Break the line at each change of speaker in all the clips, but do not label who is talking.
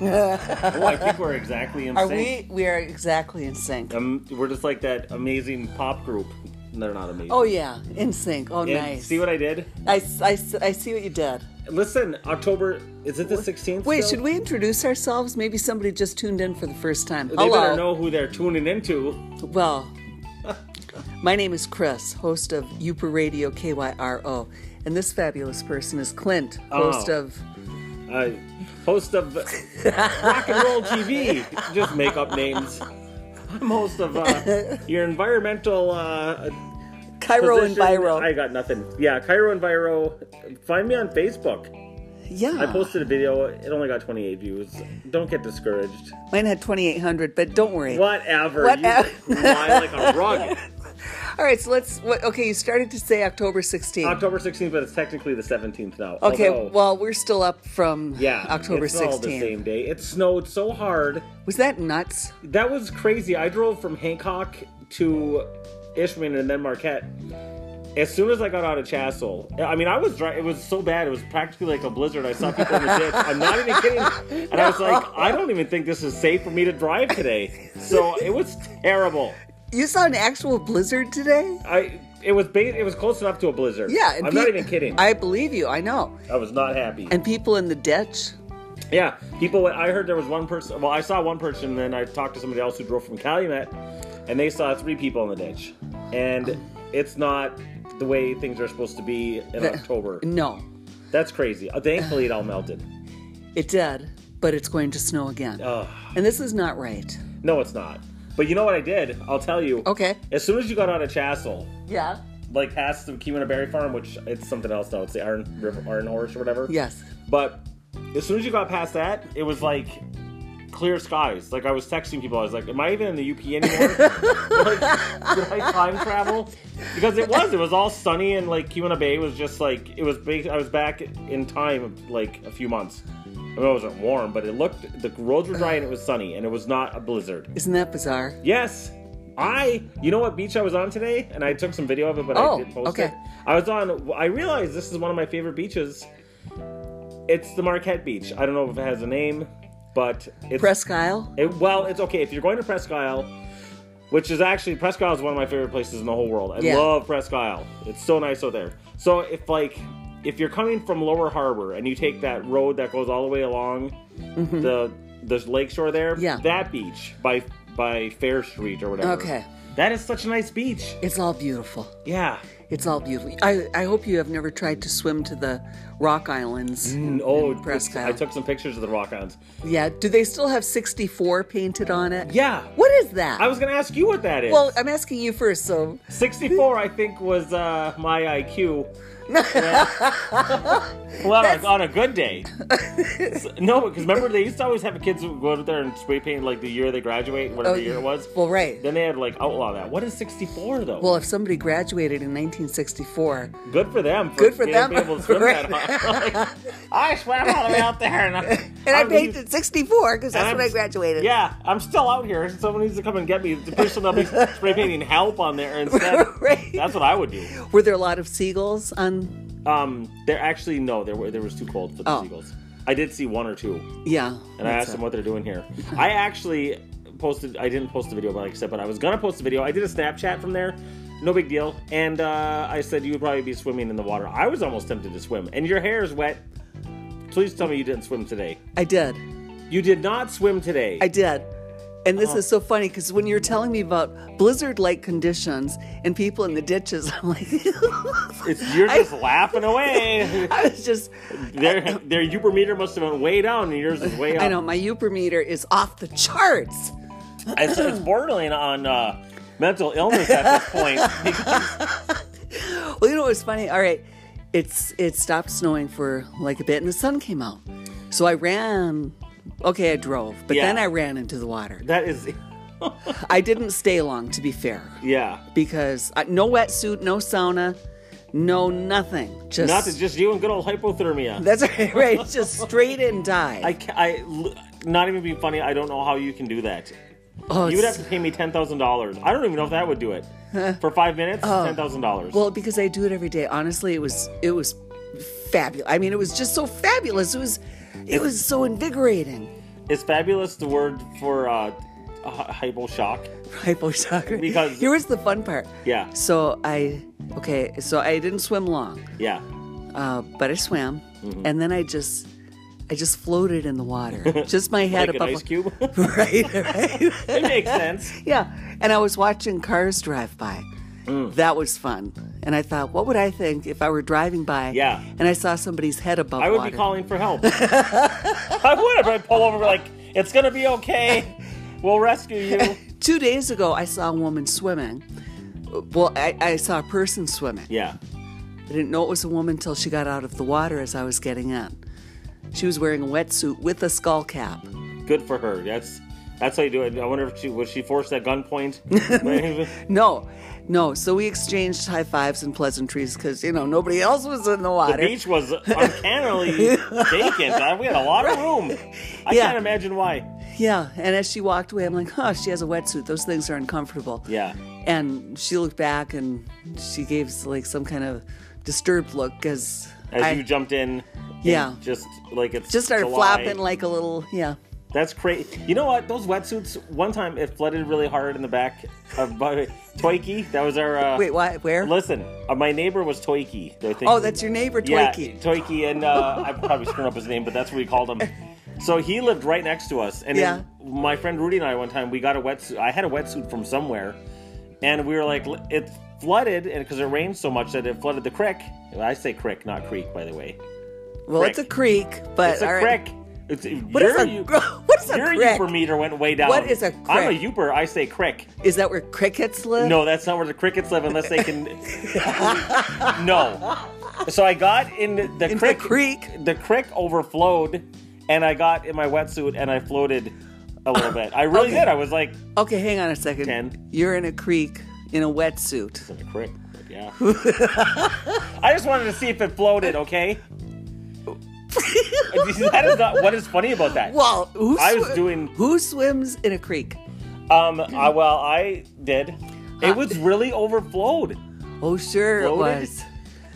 Oh, I think we're exactly in
Are
sync.
we? We are exactly in sync.
Um, we're just like that amazing pop group. They're not amazing.
Oh yeah, in sync. Oh
And
nice.
See what I did?
I, I, I see what you did.
Listen, October is it the sixteenth?
Wait, should we introduce ourselves? Maybe somebody just tuned in for the first time.
They
Hello.
better know who they're tuning into.
Well, my name is Chris, host of Uper Radio KYRO, and this fabulous person is Clint, host
Oh.
of
Uh, host of Rock and Roll TV. Just make up names. I'm host of uh, your environmental uh,
Cairo and
position- I
Viral.
got nothing. Yeah, Cairo Enviro. Find me on Facebook.
Yeah,
I posted a video. It only got 28 views. Don't get discouraged.
mine had 2,800, but don't worry.
Whatever.
Whatever.
You lie like a rug.
All right, so let's. What, okay, you started to say October 16th.
October 16th, but it's technically the 17th now.
okay,
Although,
well, we're still up from
yeah,
October
it's
16th.
all the same day. It snowed so hard.
Was that nuts?
That was crazy. I drove from Hancock to Ishman and then Marquette. As soon as I got out of Chassel, I mean, I was dry. It was so bad. It was practically like a blizzard. I saw people in the ditch. I'm not even kidding. And I was like, I don't even think this is safe for me to drive today. So it was terrible.
You saw an actual blizzard today?
I it was ba- it was close enough to a blizzard.
Yeah, and
I'm not
pe-
even kidding. I,
I believe you. I know.
was not happy.
And people in the ditch.
Yeah, people. I heard there was one person. Well, I saw one person, and then I talked to somebody else who drove from Calumet, and they saw three people in the ditch. And it's not the way things are supposed to be in October.
No,
That's crazy. Uh, Thankfully, it all melted.
it did, but it's going to snow again.
Ugh.
And this is not right.
No, it's not. But you know what I did? I'll tell you.
Okay.
As soon as you got out of Chassel,
Yeah.
like past the Kiwana Berry Farm, which it's something else now. It's the Iron River, Iron Horse, or whatever.
Yes.
But as soon as you got past that, it was like clear skies. Like I was texting people, I was like, "Am I even in the UP anymore? like, did I time travel?" Because it was. It was all sunny and like Keweenaw Bay was just like it was. Big, I was back in time like a few months. I mean, it wasn't warm, but it looked the roads were dry and it was sunny and it was not a blizzard.
Isn't that bizarre?
Yes. I, you know what beach I was on today? And I took some video of it, but
Oh,
I didn't post
okay.
it. I was on, I realized this is one of my favorite beaches. It's the Marquette Beach. I don't know if it has a name, but it's.
Presque Isle?
it- well, it's okay. If you're going to Presque Isle, which is actually, Presque Isle is one of my favorite places in the whole world. I
Yeah.
love Presque Isle. It's so nice out there. So if, like, if you're coming from Lower Harbor and you take that road that goes all the way along the the lakeshore there,
Mm-hmm. Yeah.
that beach by by Fair Street or whatever.
Okay.
That is such a nice beach.
It's all beautiful.
Yeah.
It's all beautiful. I, I hope you have never tried to swim to the Rock Islands.
And, oh,
Presque
I
Isle.
took some pictures of the Rock Islands.
Yeah. Do they still have 64 painted on it?
Yeah.
What is that?
I was going to ask you what that is.
well, I'm asking you first, so
64, I think, was uh, my IQ. Yeah. well, on a, on a good day. S- no, because remember, they used to always have kids who go out there and spray paint like the year they graduate, whatever
Oh,
year it was.
well, right.
Then they had like outlaw that. What is 64 though?
Well, if somebody graduated in 1964,
Good for them. For
Good for
being
them.
Able to swim
Right.
that high. I swam all the way out there, and, I,
and I
I'm-
painted 64 because that's
I'm-
when I graduated.
Yeah, I'm still out here. Someone needs to come and get me. The person will be spray painting help on there instead.
Right.
That's what I would do.
Were there a lot of seagulls on?
Um, there actually no, there were there was too cold for the
Oh.
seagulls. I did see one or two,
Yeah.
and I asked them what they're doing here. I actually posted. I didn't post the video, but like I said, but I was gonna post the video. I did a Snapchat from there. No big deal. And uh, I said you would probably be swimming in the water. I was almost tempted to swim, and your hair is wet. Please tell me you didn't swim today.
I did.
You did not swim today.
I did. And
Uh-huh.
this is so funny because when you're telling me about blizzard like conditions and people in the ditches, I'm like,
It's, you're just laughing away.
I was just,
Their their Uber meter must have went way down, and yours is way up.
I know, my Uper meter is off the charts.
It's, it's bordering on uh, mental illness at this point.
Well, you know what was funny? All right, it's it stopped snowing for like a bit, and the sun came out. So I ran. Okay, I drove, but
Yeah.
then I ran into the water.
that is,
I didn't stay long, to be fair,
yeah.
because I, no wetsuit, no sauna, no nothing. Just
Not to just you and good old hypothermia.
that's right, right. Just straight in dive.
I, ca- I l- not even being funny. I don't know how you can do that.
oh,
You would
it's-
have to pay me ten thousand dollars. I don't even know if that would do it for five minutes. Ten thousand dollars.
Oh. Well, because I do it every day. Honestly, it was it was fabulous. I mean, it was just so fabulous. It was it was so invigorating.
Is fabulous the word for uh, hy- hypo shock?
hyposoccer.
Because-
here was the fun part.
Yeah.
So I okay, so I didn't swim long,
Yeah.
uh, but I swam,
Mm-hmm.
and then I just I just floated in the water, just my head
Like an
above
ice cube.
right, right.
it makes sense.
yeah, and I was watching cars drive by.
Mm.
That was fun, and I thought, what would I think if I were driving by?
Yeah.
and I saw somebody's head above
I would
water.
be calling for help. I would if I pull over like, it's gonna be okay. We'll rescue you.
Two days ago, I saw a woman swimming. Well, I, I saw a person swimming.
Yeah.
I didn't know it was a woman till she got out of the water as I was getting in. She was wearing a wetsuit with a skull cap.
Good for her. That's that's how you do it. I wonder if she was she forced at gunpoint.
No, no. So we exchanged high fives and pleasantries because, you know, nobody else was in the
the
water.
beach was uncannily vacant. I- We had a lot of room. I
Yeah.
can't imagine why.
Yeah. And as she walked away, I'm like, oh, she has a wetsuit. Those things are uncomfortable.
Yeah.
And she looked back and she gave like some kind of disturbed look because
As
I
you jumped in. and
Yeah.
Just like it's
just started
July.
flapping like a little, yeah.
That's crazy. You know what? Those wetsuits. One time it flooded really hard in the back of my Twikey. That was our. Uh,
Wait, why, where?
Listen, uh, my neighbor was Toiki. They think-
Oh, that's your neighbor,
yeah,
Twinkie.
Toiki, and uh, I probably screwed up his name, but that's what we called him. So he lived right next to us, and then my friend Rudy and I one time we got a wetsuit. I had a wetsuit from somewhere, and we were like, l- it flooded, and because it rained so much that it flooded the creek. And I say creek, not creek, by the way.
well, it's a creek, but
It's a
all right.
creek. It's
What is
your,
a- what is a
your
crick?
Uper meter went way down.
What is a
I'm a
crick?
Uper. I say crick.
Is that where crickets live?
No, that's not where the crickets live unless they can. no. So I got in the
In
crick.
the creek.
The crick overflowed, and I got in my wetsuit and I floated a little bit. I really
Okay.
did. I was like,
Okay, hang on a second.
Ten.
You're in a creek in a wetsuit.
the crick. Yeah. I just wanted to see if it floated. Okay. that is not what is funny about that.
Well, who
I was
swi-
doing-
Who swims in a creek?
Um. I, well, I did. It
Uh,
was really overflowed.
Oh, sure
Floated?
it was.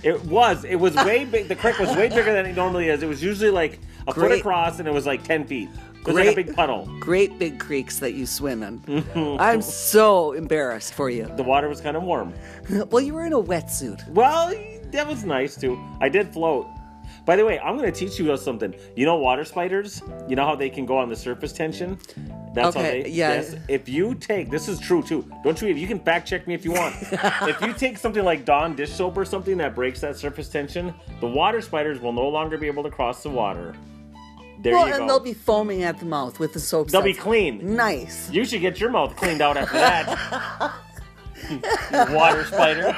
It was. It was way big. The creek was way bigger than it normally is. It was usually like a foot
Great.
across, and it was like ten feet. It was like
Great.
a big puddle.
Great big creeks that you swim in. I'm so embarrassed for you.
The water was kind of warm.
Well, you were in a wetsuit.
Well, that was nice too. I did float. By the way, I'm going to teach you something. You know water spiders? You know how they can go on the surface tension? That's
Okay,
how they.
yeah.
yes. If you take, this is true too. Don't you? You can fact check me if you want. if you take something like Dawn dish soap or something that breaks that surface tension, the water spiders will no longer be able to cross the water. There
well,
you go.
and they'll be Mm. foaming at the mouth with the soap.
They'll be
suds.
clean.
Nice.
You should get your mouth cleaned out after that. You Water spider.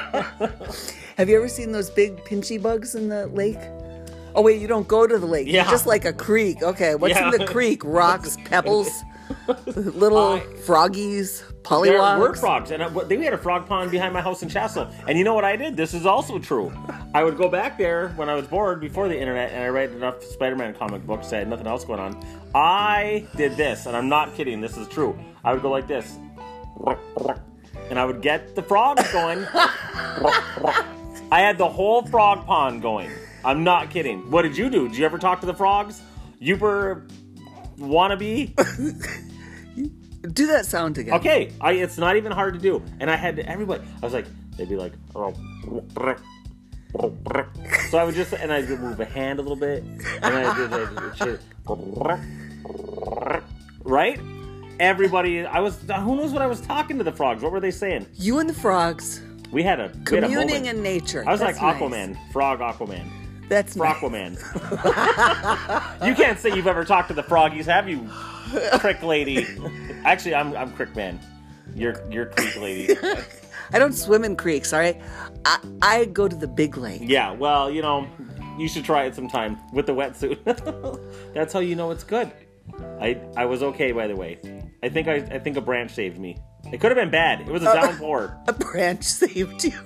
Have you ever seen those big pinchy bugs in the lake? Oh wait, you don't go to the lake. You're
Yeah.
just like a creek. Okay, what's in
Yeah.
the creek? Rocks, pebbles, little
I-
froggies,
There were
pollywogs.
frogs, and I, but they- we had a frog pond behind my house in Chastle. And you know what I did? This is also true. I would go back there when I was bored before the internet, and I read enough Spider-Man comic books that I had nothing else going on. I did this, and I'm not kidding. This is true. I would go like this, and I would get the frogs going. I had the whole frog pond going. I'm not kidding. What did you do? Did you ever talk to the frogs? You were wannabe?
Do that sound again.
Okay, I, it's not even hard to do. And I had to, everybody. I was like, they'd be like, "Oh, brr, brr, brr." so I would just and I would move a hand a little bit, and I did that shit, right? Everybody, I was. Who knows what I was talking to the frogs? What were they saying?
You and the frogs
We had a we had a
communing
moment.
in nature.
I was
That's
like
Nice.
Aquaman, frog Aquaman,
That's nice.
Frockwaman. you can't say you've ever talked to the froggies, have you, Crick Lady? Actually, I'm I'm Crick Man. You're you're Creek Lady.
I don't swim in creeks. All right, I, I go to the big lake.
Yeah, well, you know, you should try it sometime with the wetsuit. That's how you know it's good. I I was okay by the way. I think I I think a branch saved me. It could have been bad. It was a downpour.
A branch saved you.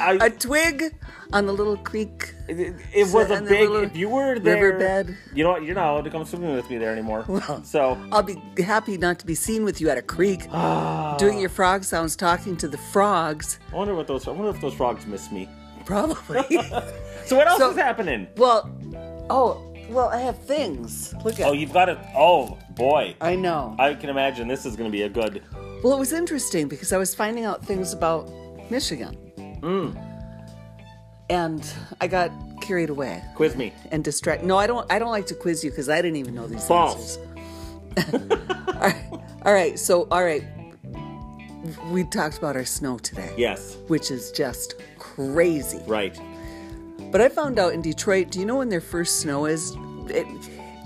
I-
A twig on the little creek.
It, it- it was a
and the
big.
little
If you were there,
riverbed.
you know what? You're not allowed to come swimming with me there anymore.
Well.
so
I'll be happy not to be seen with you at a creek,
Ah.
doing your frog sounds, talking to the frogs.
I wonder what those. I wonder if those frogs miss me.
Probably.
So what else
So-
is happening?
well, oh, Well, I have things. Look at.
Oh, you've got it. Oh boy,
I know.
I can imagine this is going to be a good.
Well, it was interesting because I was finding out things about Michigan.
Mm.
And I got carried away
Quiz me.
and distract. No, I don't. I don't like to quiz you because I didn't even know these
False.
answers. all, right, all right. So, all right. We talked about our snow today,
Yes.
which is just crazy.
Right.
But I found out in Detroit. Do you know when their first snow is? It,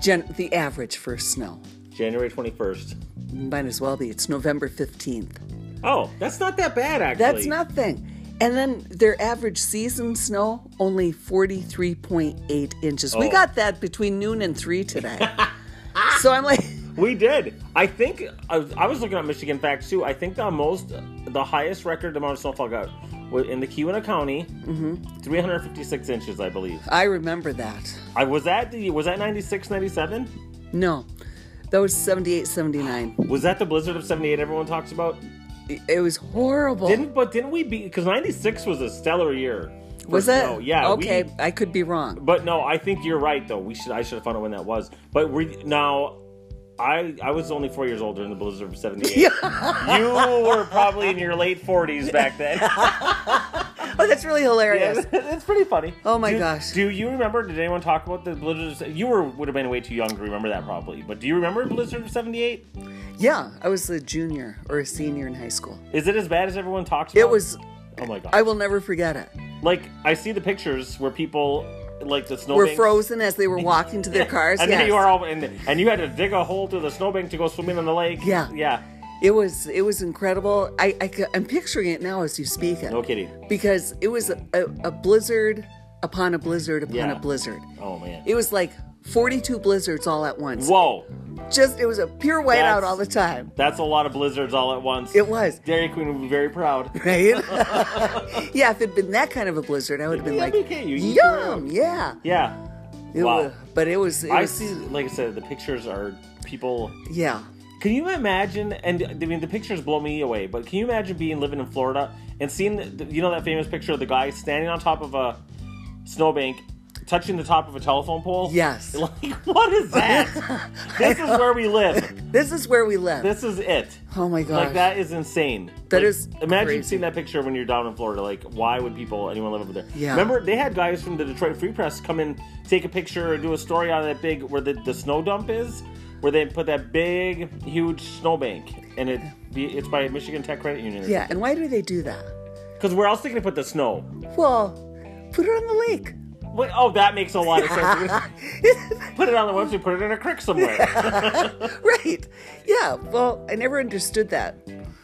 gen, the average first snow.
January twenty first.
Might as well be. It's November fifteenth.
Oh, that's not that bad actually.
That's nothing. And then their average season snow only 43.8 inches. We
Oh.
got that between noon and 3 today. so I'm like
We did. I think I was, I was looking at Michigan facts too. I think the most, the highest record amount of snowfall got was in the Keweenaw County,
Mm-hmm.
356 inches, I believe.
I remember that.
I was that the was that 96, 97?
No. That was 78 79.
Was that the blizzard of 78 everyone talks about?
It- It was horrible.
Didn't but didn't we beat because 96 was a stellar year. for
was it?
snow. Yeah. we-
Okay, I could be wrong.
But no, I think you're right though. We should I should have found out when that was. But we now I I was only four years old during the blizzard of seventy eight. you were probably in your late forties back then.
Oh, that's really hilarious.
it's pretty funny.
Oh my
Do-
gosh.
Do you remember? Did anyone talk about the blizzard? Of, you were would have been way too young to remember that probably. But do you remember blizzard of seventy eight?
Yeah, I was a junior or a senior in high school.
Is it as bad as everyone talks about?
It was
Oh my god.
I will never forget it.
like I see the pictures where people like the snow.
Were frozen as they were walking to their cars.
And
yes.
there you are, all, and, and you had to dig a hole through the snowbank to go swimming in the lake.
Yeah.
yeah.
It was it was incredible. I, I am picturing it now as you speak it
No kidding.
because it was a, a, a blizzard upon a blizzard upon
Yeah.
a blizzard.
Oh man.
It was like 42 blizzards all at once.
Whoa,
Just it was a pure whiteout
That's-
all the time.
that's a lot of blizzards all at once.
It was
Dairy Queen would be very proud.
right. yeah, if it'd been that kind of a blizzard, I would have been
Yeah,
like,
BK, you eat your
yum, yeah.
Yeah.
It
Wow.
wa- but it was. It
I
was-
see, like I said, the pictures are people.
Yeah.
Can you imagine? And I mean, the pictures blow me away. But can you imagine being living in Florida and seeing, the, you know, that famous picture of the guy standing on top of a snowbank, touching the top of a telephone pole?
Yes.
Like, what is that? this is where we live.
This is where we live.
This is it.
oh my gosh.
Like that is insane.
That
That is
is
imagine
crazy.
seeing that picture when you're down in Florida. Like, why would people anyone live over there?
Yeah.
Remember they had guys from the Detroit Free Press come in, take a picture, or do a story on that big where the, the snow dump is, where they put that big, huge snowbank, and it be- it's by Michigan Tech Credit Union.
Yeah. And why do they do that?
Because where else they gonna put the snow?
Well, put it on the lake.
Wait, oh, that makes a lot of sense. put it on the website. Put it in a creek somewhere.
Right. Yeah. Well, I never understood that.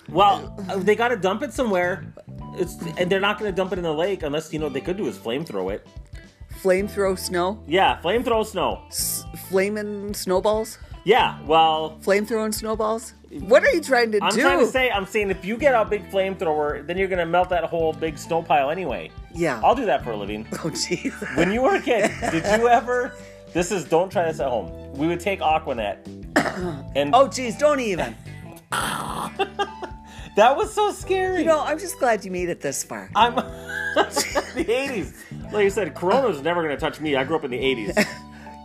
well, they gotta dump it somewhere. It's, and they're not going to dump it in the lake unless you know what they could do is flame throw it.
Flamethrow snow,
Yeah, flame throw snow.
S- flaming snowballs,
Yeah, well,
flamethrowing snowballs. What are you trying to
I'm
do?
trying to say, I'm saying if you get a big flamethrower, then you're gonna melt that whole big snow pile anyway.
Yeah.
I'll do that for a living.
oh, jeez.
When you were a kid, did you ever? This is don't try this at home. We would take Aquanet, and
Oh, jeez. Don't even.
that was so scary.
No, I'm just glad you made it this far.
I'm the '80s. Like you said, Corona's never gonna touch me. I grew up in the '80s.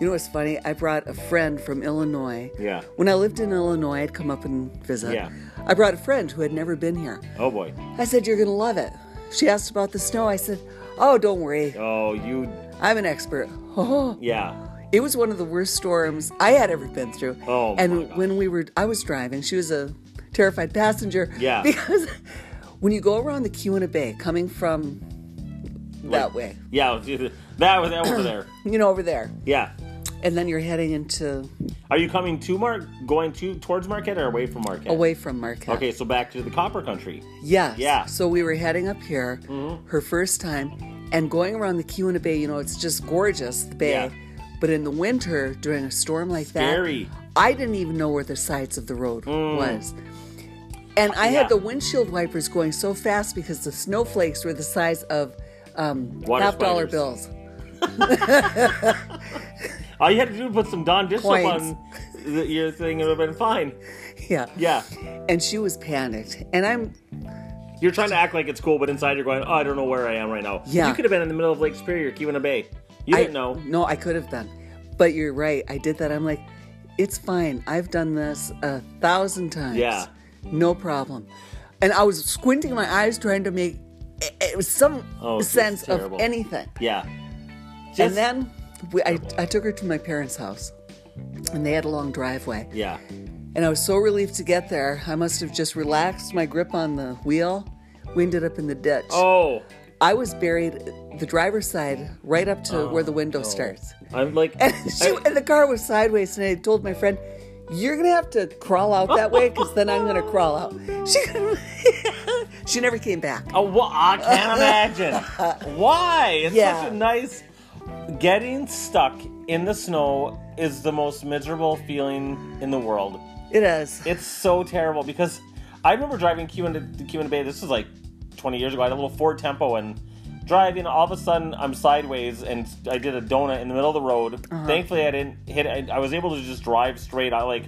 You know what's funny? I brought a friend from Illinois.
Yeah.
When I lived in Illinois, I'd come up and visit.
Yeah.
I brought a friend who had never been here.
Oh boy.
I said, You're going to love it. She asked about the snow. I said, Oh, don't worry.
Oh, you.
I'm an expert. Oh,
Yeah.
It was one of the worst storms I had ever been through.
Oh, my
and
God.
when we were, I was driving. She was a terrified passenger.
Yeah.
Because when you go around the Keweenaw Bay, coming from that way,
Yeah. That was that over there.
you know, over there,
Yeah.
and then you're heading into
Are you coming to Mark? Going to towards Marquette or away from Marquette?
away from Marquette.
Okay, so back to the Copper Country.
Yes.
Yeah. Mm-hmm.
So we were heading up here, her first time, and going around the Keweenaw Bay. You know, it's just gorgeous, the bay.
Yeah.
But in the winter, during a storm like
Scary. Mm.
that, I didn't even know where the sides of the road was. And I
Yeah.
had the windshield wipers going so fast because the snowflakes were the size of um,
Water
half dollar
spiders.
bills.
All you had to do was put some Don Bishop
Coins.
on th- your thing, it would have been fine.
Yeah.
Yeah.
And she was panicked. And I'm,
You're trying to act like it's cool, but inside you're going, oh, I don't know where I am right now.
Yeah.
You could have been in the middle of Lake Superior, Keweenaw Bay. You
I
didn't know.
No, I could have been. But you're right. I did that. I'm like, it's fine. I've done this a thousand times.
Yeah.
No problem. And I was squinting my eyes trying to make it, it was some
Oh, it's
sense of
terrible.
anything.
Yeah.
and
Just-
then we, I, I took her to my parents' house, and they had a long driveway.
Yeah.
And I was so relieved to get there. I must have just relaxed my grip on the wheel. We ended up in the ditch.
Oh.
I was buried the driver's side, right up
Oh,
to where the window starts.
I'm like.
And, she,
I-
and the car was sideways, and I told my friend, "You're gonna have to crawl out that way, because then I'm gonna crawl out." She she never came back.
Oh, well, I can't imagine. Why? It's
Yeah.
such a nice. Getting stuck in the snow is the most miserable feeling in the world.
It is.
It's so terrible because I remember driving Q into the Q into Bay. This is like 20 years ago. I had a little Ford Tempo and driving. All of a sudden, I'm sideways and I did a donut in the middle of the road. Thankfully, I didn't hit. I, I was able to just drive straight. I like.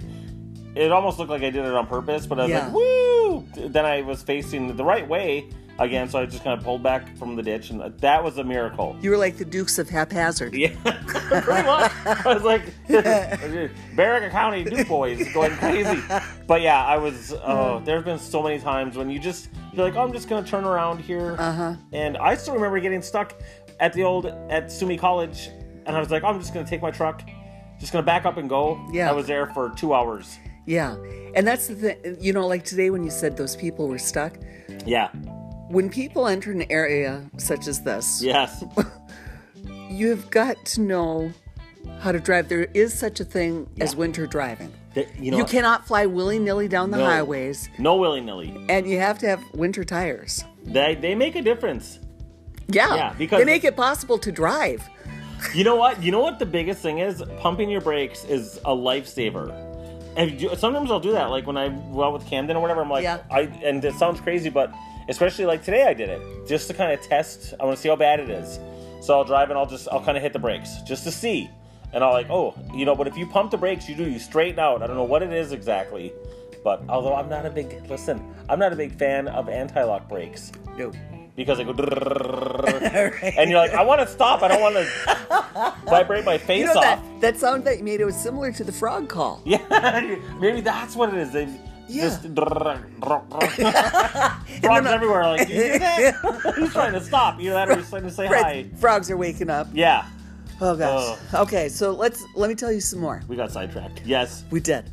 It almost looked like I did it on purpose, but I was
Yeah.
like, "Woo!" Then I was facing the right way again, so I just kind of pulled back from the ditch, and that was a miracle.
You were like the Dukes of Haphazard.
Yeah, pretty much. I was like, Barrica County Duke boys going crazy. But yeah, I was.
Hmm.
Oh, there's been so many times when you just you're like, oh, I'm just gonna turn around here. Uh-huh. And I still remember getting stuck at the old at SUMY College, and I was like, oh, I'm just gonna take my truck, just gonna back up and go.
Yeah.
I was there for two hours.
Yeah. And that's the thing, you know, like today when you said those people were stuck,
Yeah.
when people enter an area such as this,
Yes.
you have got to know how to drive. There is such a thing as winter driving.
That- you
You,
know. what?
cannot fly willy nilly down the
No.
highways,
No willy nilly.
and you have to have winter tires.
They they make a difference.
Yeah,
Yeah, because-
they make it possible to drive.
You know what? You know what the biggest thing is? Pumping your brakes is a lifesaver. And you- sometimes I'll do that, like when I go out with Camden or whatever. I'm like,
Yeah.
I and it sounds crazy, but especially like today, I did it just to kind of test. I want to see how bad it is. So I'll drive and I'll just I'll kind of hit the brakes just to see. And I'll like, oh, you know. But if you pump the brakes, you do you straighten out. I don't know what it is exactly, but although I'm not a big listen, I'm not a big fan of anti-lock brakes
No.
because I go and you're like, I want to stop. I don't want to vibrate my face
You know
off.
that, that sound that you made, it was similar to the frog call.
Yeah, maybe that's what it is. They
Yeah.
just frogs everywhere. Like, "Did you do that?" he's trying to stop. Either that or he's trying to say hi.
Fred, frogs are waking up.
Yeah,
Oh gosh. Okay, so let's let me tell you some more.
we got sidetracked. Yes,
We did.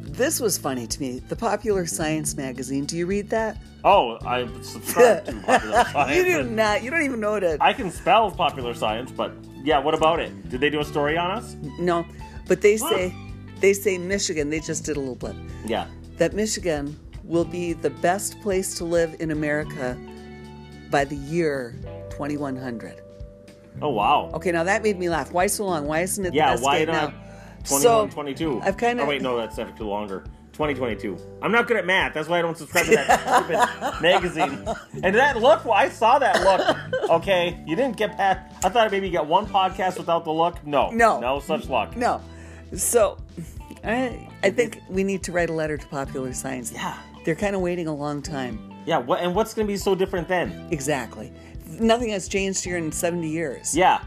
This was funny to me. The Popular Science magazine. Do you read that?
Oh, I subscribe to popular science.
You do not. You don't even know it.
I can spell popular science, but yeah, what about it? Did they do a story on us?
No, but they say they say Michigan. They just did a little blip
Yeah.
that Michigan will be the best place to live in America by the year 2100.
Oh wow.
Okay, now that made me laugh. Why so long? Why isn't it? the
Yeah,
best
why
date
not?
now?
21,
So,
22.
I've kinda-
Oh, wait, no, that's definitely longer. 2022. I'm not good at math. That's why I don't subscribe to that stupid magazine. And that look, I saw that look. Okay, you didn't get past. I thought maybe you got one podcast without the look. No.
No.
No such luck.
No. So, I I think we need to write a letter to Popular Science.
Yeah.
They're kind of waiting a long time.
Yeah, what, and what's going to be so different then?
Exactly. Nothing has changed here in 70 years.
Yeah.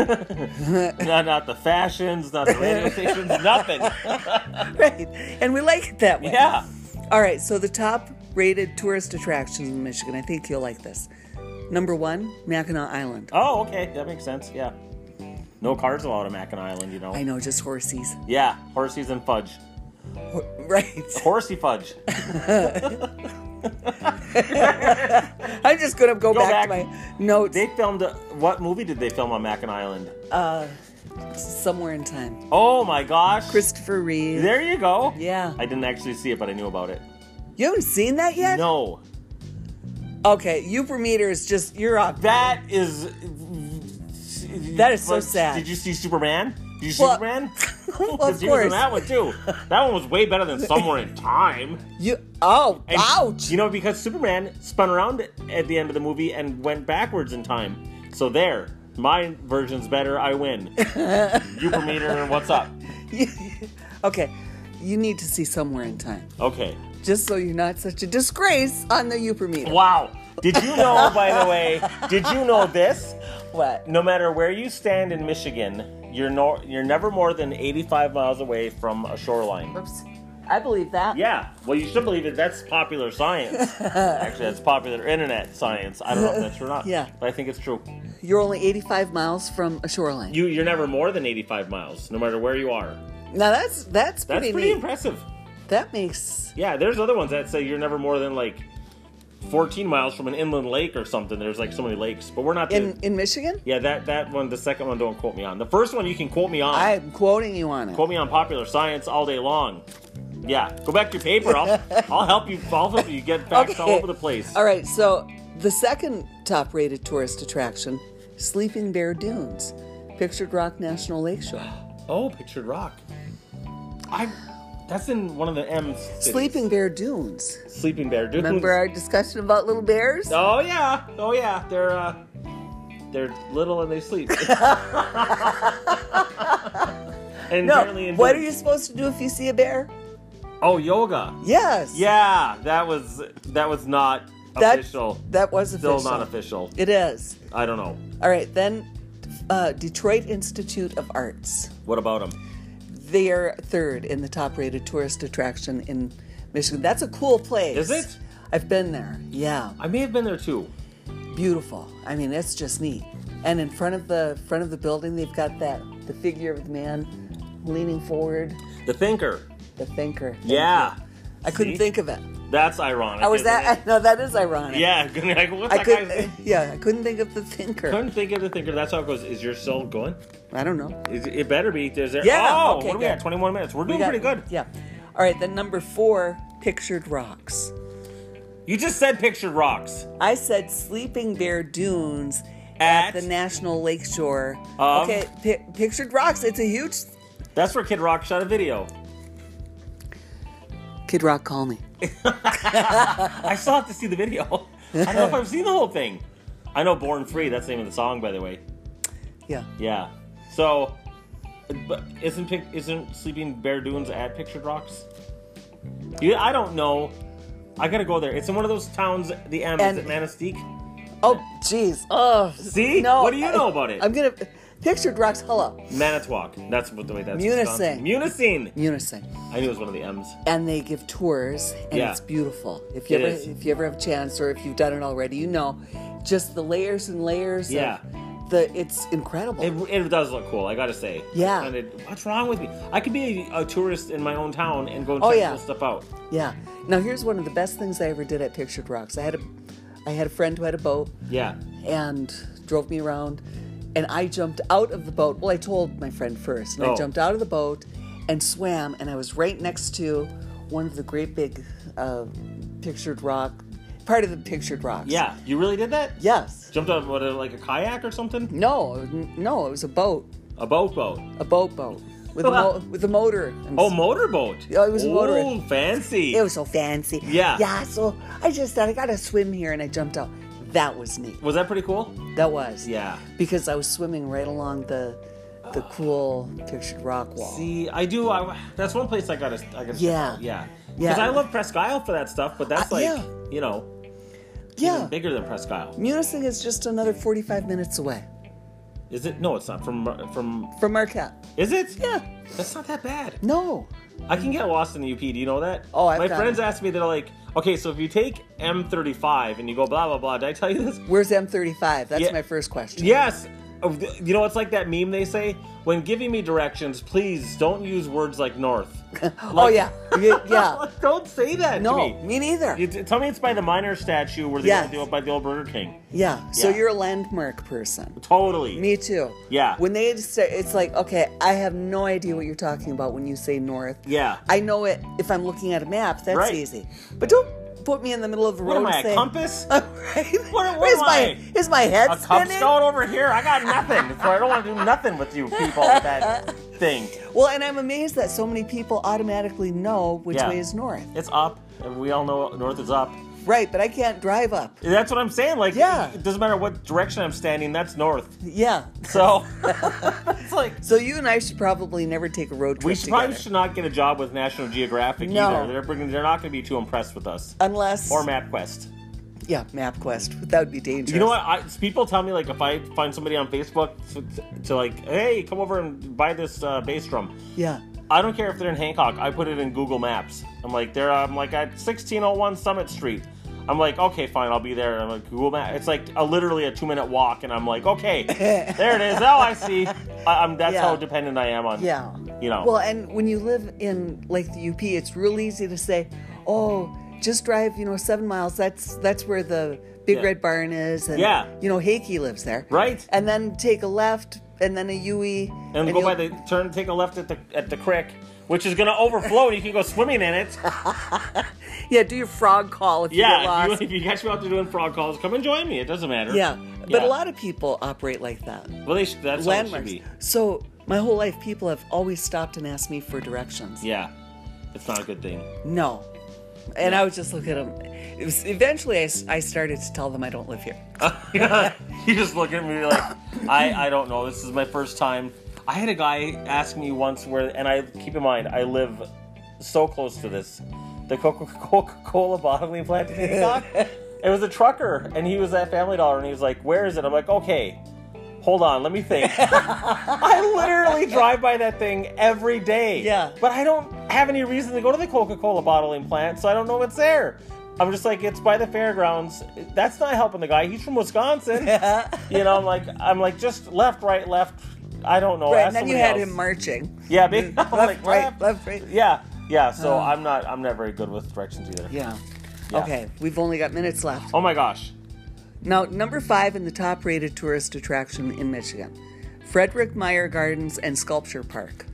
not, not the fashions, not the radio stations, nothing.
Right. And we like it that way.
Yeah.
All right. So, the top rated tourist attractions in Michigan. I think you'll like this. Number one, Mackinac Island.
Oh, okay. That makes sense. Yeah. No cars allowed on Mackin Island, you know.
I know, just horsies.
Yeah, horsies and fudge.
Hor- Right.
Horsey fudge.
I'm just going to go,
Go back.
back, to my notes
They filmed a, what movie did they film on Mackin Island?
somewhere in time.
Oh my gosh!
Christopher Reeve.
there you go.
Yeah.
I didn't actually see it, but I knew about it.
You haven't seen that yet?
No,
Okay. Upermeter is just, you're up.
that is
That is so sad.
Did you see Superman? Did you see
Well-
Superman?
Well, of
'Cause he was in
course.
that one too. That one was way better than Somewhere in Time.
You, oh,
And,
ouch.
You know, because Superman spun around at the end of the movie and went backwards in time. So there, my version's better. I win. Upermeter, what's up?
okay. You need to see somewhere in time.
Okay.
just so you're not such a disgrace on the Upermeter.
Wow. Did you know, by the way, did you know this?
What?
No matter where you stand in Michigan, you're no, you're never more than 85 miles away from a shoreline.
Oops. I believe that.
Yeah, well, you should believe it. That's popular science. Actually, that's popular internet science. I don't know if that's true or not.
Yeah.
but I think it's true.
You're only 85 miles from a shoreline.
You you're never more than 85 miles, no matter where you are.
now that's
That's
that's pretty,
pretty
neat.
impressive.
That makes
Yeah, there's other ones that say you're never more than like 14 miles from an inland lake or something. There's like so many lakes, but we're not.
in
The,
in Michigan.
yeah, that that one, the second one, don't quote me on. The first one you can quote me on.
I'm quoting you on it.
quote me on popular science all day long. Yeah, go back to your paper. I'll I'll help you. I'll help you get facts all
Okay.
over the place.
All right, so the second top rated tourist attraction, Sleeping Bear Dunes, Pictured Rock National Lakeshore.
Oh, pictured rock. I. That's in one of the M's. cities.
Sleeping Bear Dunes.
Sleeping Bear. Dude,
Remember our discussion about little bears?
Oh yeah. Oh yeah. They're uh, they're little and they sleep. and apparently in
What are you supposed to do if you see a bear?
Oh, yoga.
Yes.
Yeah, that was that was not
That,
official.
that was
Still
official.
not official.
It is.
I don't know.
All right, then uh, Detroit Institute of Arts.
What about them?
They're third in the top rated tourist attraction in Michigan. That's a cool place.
Is it?
I've been there. Yeah.
I may have been there too.
beautiful. I mean, it's just neat. And in front of the front of the building, they've got that the figure of the man leaning forward,
The Thinker.
the thinker.
Yeah.
I couldn't
See?
think of it.
That's ironic.
I was
isn't
Oh, that. No, that is ironic.
it? Yeah. Like, what's
I
that guy's
couldn't.
name?
Yeah, I couldn't think of the thinker.
Couldn't think of the Thinker. That's how it goes. Is your soul going?
I don't know.
Is, it better be. Is there?
Yeah,
Oh,
okay,
what do we
good.
at? Twenty-one minutes. We're doing
got-
pretty good.
Yeah. All right. Then number four, pictured rocks.
You just said pictured rocks.
I said Sleeping Bear Dunes
At-
at, the National Lakeshore.
Of-
okay, pi- pictured rocks. It's a huge.
That's where Kid Rock shot a video.
Kid Rock, call me.
I still have to see the video. I don't know if I've seen the whole thing. I know Born Free. That's the name of the song, by the way.
Yeah.
Yeah. So, but isn't pic- isn't Sleeping Bear Dunes at Pictured Rocks? You, I don't know. I gotta go there. It's in one of those towns. The M
And-
is it Manistique?
Oh, jeez. Oh,
See? What do you know about it?
I'm gonna pictured rocks. Hello,
Manitowoc. That's what the way that's
Munising.
Munising.
unison,
I knew it was one of the M's.
and they give tours, and
Yeah.
it's beautiful. If you
It
ever,
is.
if you ever have a chance, or if you've done it already, you know, just the layers and layers.
Yeah.
Of the it's incredible.
It, it does look cool, I gotta say.
Yeah.
And it, what's wrong with me? I could be a, a tourist in my own town and go and
Oh,
check
yeah.
cool stuff out.
yeah. Now here's one of the best things I ever did at Pictured Rocks. I had a, I had a friend who had a boat,
Yeah.
and drove me around. And I jumped out of the boat. Well, I told my friend first, and
Oh.
I jumped out of the boat and swam. And I was right next to one of the great big uh, pictured rock, part of the pictured rocks.
Yeah. You really did that?
Yes.
Jumped out of what, like a kayak or something?
No. n- No. It was a boat,
A boat boat.
a boat boat with a mo- with a motor. and
Oh,
s-
motorboat.
Yeah, it was a motorboat.
Oh, fancy.
it was so fancy.
Yeah.
Yeah. So I just thought I gotta swim here, and I jumped out. That was neat.
was that pretty cool?
That was.
Yeah.
Because I was swimming right along the the cool pictured rock wall.
See, I do. I, that's one place I gotta. I gotta check
Yeah.
out. Yeah.
Yeah.
Because I love Presque Isle for that stuff, but that's
Uh,
like,
yeah.
you know,
yeah.
even bigger than Presque Isle.
Munising is just another 45 minutes away
Is it? No, it's not. From from.
from Marquette.
Is it?
Yeah.
That's not that bad.
No.
I can get lost in the UP. Do you know that?
Oh, I've
my
done
friends
it.
asked me. They're like, okay, so if you take M35 and you go blah blah blah, did I tell you this?
Where's M35? That's
Yeah.
my first question.
Yes. Oh, th- You know, it's like that meme they say when giving me directions, please don't use words like north.
oh, yeah. Y- yeah.
don't say that.
No,
To
me.
me.
neither.
You t- tell me it's by the minor statue where they
Yes.
do it by the old Burger King.
yeah. So
Yeah.
you're a landmark person.
Totally.
Me too.
Yeah.
When they say, it's like, okay, I have no idea what you're talking about when you say north.
Yeah.
I know it if I'm looking at a map. That's
Right.
easy. But don't put me in the middle of the
What
road
am I?
and
A
say,
compass?
Right?
What- what
is
am
my
I?
is my head
A cup
spinning?
stone over here. I got nothing, so I don't want to do nothing with you people with that thing.
Well, and I'm amazed that so many people automatically know which
Yeah.
way is north.
It's up, and we all know north is up.
Right, but I can't drive up.
That's what I'm saying. Like,
Yeah.
it doesn't matter what direction I'm standing. That's north.
Yeah.
So it's like
So you and I should probably never take a road trip
we should,
together.
probably should not get a job with National Geographic
No.
either. They're bringing, they're not going to be too impressed with us
Unless
or MapQuest.
yeah, MapQuest. That would be dangerous.
You know what? I, people tell me like if I find somebody on Facebook to, to like, hey, come over and buy this uh, bass drum.
Yeah.
I don't care if they're in Hancock. I put it in Google Maps. I'm like, they're I'm like at 1601 Summit Street. I'm like, okay, fine, I'll be there. I'm like, Google Maps. It's like a, literally a two minute walk, and I'm like, okay, there it is. Oh, I see. I, I'm that's
Yeah.
how dependent I am on.
Yeah.
You know.
Well, and when you live in like the UP, it's real easy to say, "Oh, just drive, you know, seven miles. That's that's where the Big
Yeah.
Red Barn is, and
Yeah.
you know, Hakey lives there,
Right.
And then take a left, and then a UE,
and go by
you'll-
the turn, take a left at the at the creek, which is gonna overflow, and you can go swimming in it.
yeah, do your frog call if you get
Yeah,
lost.
if you, if you catch me out there doing frog calls, come and join me. It doesn't matter.
yeah, but a lot of people operate like that.
Well, they should, that's how it
Landmarks.
should be.
So my whole life, people have always stopped and asked me for directions.
Yeah, it's not a good thing.
No. And I would just look at them. It was, eventually, I, s- I started to tell them I don't live here.
you just look at me like, I, I don't know. This is my first time. I had a guy ask me once where, and I keep in mind, I live so close to this, the Coca Cola bottling plant. in Hancock. it was a trucker, and he was at Family Dollar, and he was like, "Where is it?" I'm like, "Okay." Hold on, let me think. I literally drive by that thing every day.
Yeah.
But I don't have any reason to go to the Coca Cola bottling plant, so I don't know what's there. I'm just like, it's by the fairgrounds. That's not helping the guy. He's from Wisconsin. you know, I'm like, I'm like, just left, right, left. I don't know.
Right,
Oh, Ask
and then you
somebody
had
else.
him marching.
Yeah, big. I'm
Left,
like,
right, left, right.
Yeah, yeah. So I'm not, I'm not very good with directions either.
Uh. Yeah.
Yeah.
Okay, we've only got minutes left.
Oh my gosh.
Now, number five in the top rated tourist attraction in Michigan Frederick Meyer Gardens and Sculpture Park.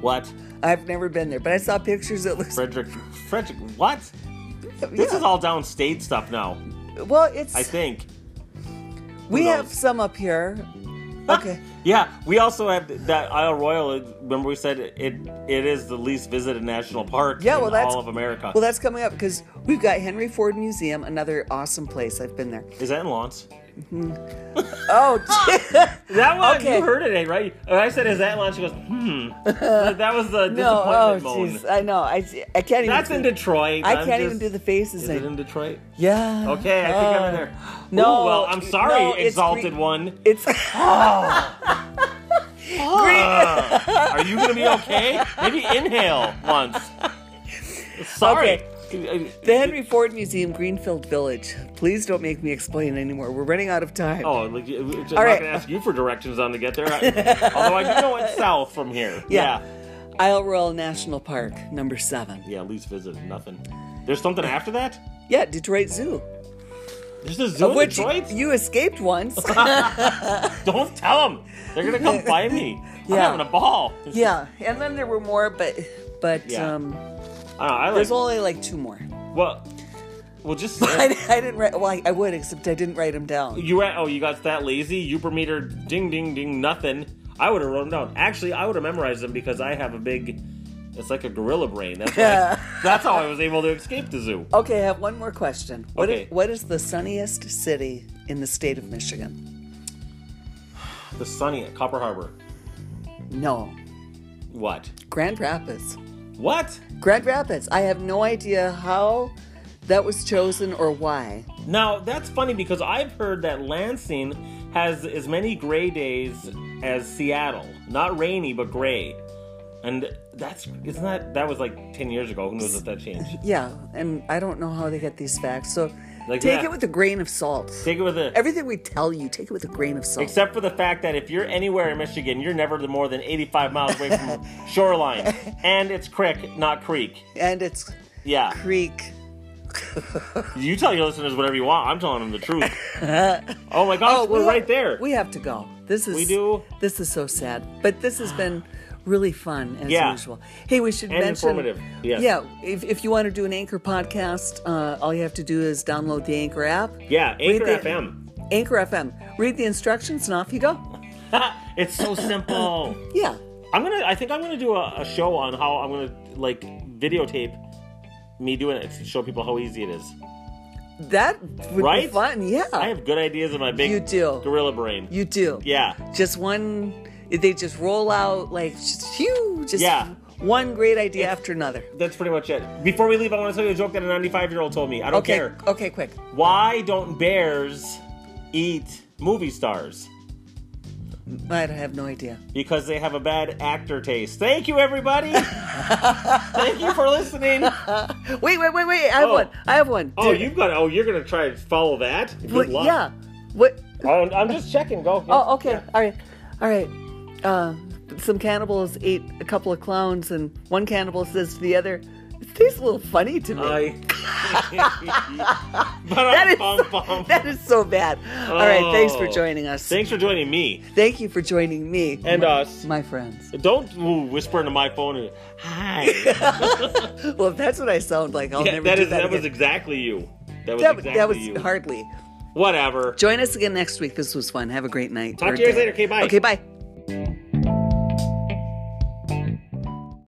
What?
I've never been there, but I saw pictures. It looks.
Frederick. Frederick. What? This
yeah.
is all downstate stuff now.
Well, it's.
I think.
we
knows?
have some up here. Okay.
Yeah, we also have th- that Isle Royal. it- Remember we said it it is the least visited national park
Yeah,
in
well, that's-
all of America.
Well, that's coming up because we've got Henry Ford Museum, another awesome place. I've been there.
is that in Lawrence?
Oh,
That one
Okay.
you heard it, eh, right? And I said, "Is that in Lawrence?" She goes, "Hmm." That that was the disappointment
no. Oh,
moan.
jeez. I know. I, I can't even.
That's in
do-
Detroit.
I
I'm
can't
just-
even do the faces.
Is
I-
it in Detroit?
Yeah.
Okay, I think I'm in
Uh,
there.
no,
Ooh, well, I'm sorry,
no, it's
exalted
green-
one.
It's
Ah, are you gonna be okay? Maybe inhale once. Sorry.
the Henry Ford Museum, Greenfield Village. Please don't make me explain anymore. We're running out of time.
Oh, like, you- I'm not
right.
gonna ask you for directions on to get there. I- although I do know it's south from here.
Yeah. Isle Royale National Park, number seven.
yeah, least visited nothing. There's something after that.
Yeah, Detroit Zoo.
There's a zoo in
Which
Oh, Detroit.
you escaped once.
Don't tell them. They're gonna come find me. I'm
Yeah.
having a ball.
yeah, and then there were more, but but
Yeah.
um,
I, don't know, I like.
there's only like two more.
well, well, just
I, I didn't write. Well, I, I would, except I didn't write them down.
you. At, oh, you got that lazy. Upermeter. Ding, ding, ding. Nothing. I would have wrote them down. Actually, I would have memorized them because I have a big. It's like a gorilla brain. That's why. that's how I was able to escape the zoo.
Okay, I have one more question. What is-
Okay.
what is the sunniest city in the state of Michigan?
The sunny at Copper Harbor.
No,
What?
Grand Rapids.
What?
Grand Rapids. I have no idea how that was chosen or why.
Now that's funny because I've heard that Lansing has as many gray days as Seattle. Not rainy, but gray. And that's isn't that that was like ten years ago. Who knows if that changed?
Yeah, and I don't know how they get these facts. So
Like
take
that.
it with a grain of salt.
Take it with a
Everything we tell you, take it with a grain of salt.
except for the fact that if you're anywhere in Michigan, you're never more than 85 miles away from shoreline, and it's creek, not creek.
and it's
Yeah,
creek.
you tell your listeners whatever you want. I'm telling them the truth. oh my gosh, we're
we-
right there.
We have to go. This is
We do.
This is so sad, but this has been really fun as
Yeah.
usual. Hey, we should
And
mention
informative, yes.
Yeah, if, if you want to do an Anchor podcast, uh, all you have to do is download the Anchor app.
yeah,
Read
Anchor
the-
FM.
Anchor FM. Read the instructions and off you go.
it's so simple.
Yeah.
I'm gonna. I think I'm gonna do a, a show on how I'm gonna like videotape me doing it to show people how easy it is.
That would be
Right?
fun. Yeah.
I have good ideas in my big
You do.
gorilla brain.
you do.
yeah,
Just one, they just roll out like, just, phew, just
Yeah.
One great idea after another.
That's pretty much it. Before we leave, I want to tell you a joke that a 95 year old told me. I don't
Okay.
care.
Okay, quick.
Why don't bears eat movie stars?
I have no idea.
Because they have a bad actor taste. Thank you, everybody. Thank you for listening.
Wait, wait, wait, wait. I have
Oh.
one. I have one.
Oh,
Dude.
you've got. Oh, you're gonna try and follow that. Good
Wait,
luck. Oh,
Yeah. What?
I'm, I'm just checking. Go.
Oh, okay. All right. All right. Uh, some cannibals ate a couple of clowns, and one cannibal says to the other, "It tastes a little funny to me."
I.
that is
Ba-dum,
so,
bum, bum.
that is so bad. All right, thanks for
Oh.
joining us.
Thanks for joining me
Thank you for joining me
and
my,
us.
my friends.
Don't ooh, whisper into my phone. And, Hi.
Well, if that's what I sound like, I'll
Yeah,
never
that
do
is.
that.
That was
again.
exactly you. That was
that,
exactly
that was
you.
hardly.
Whatever.
Join us again next week. This was fun. Have a great night.
Talk
or
to you guys
day.
later. Okay, bye.
Okay, bye.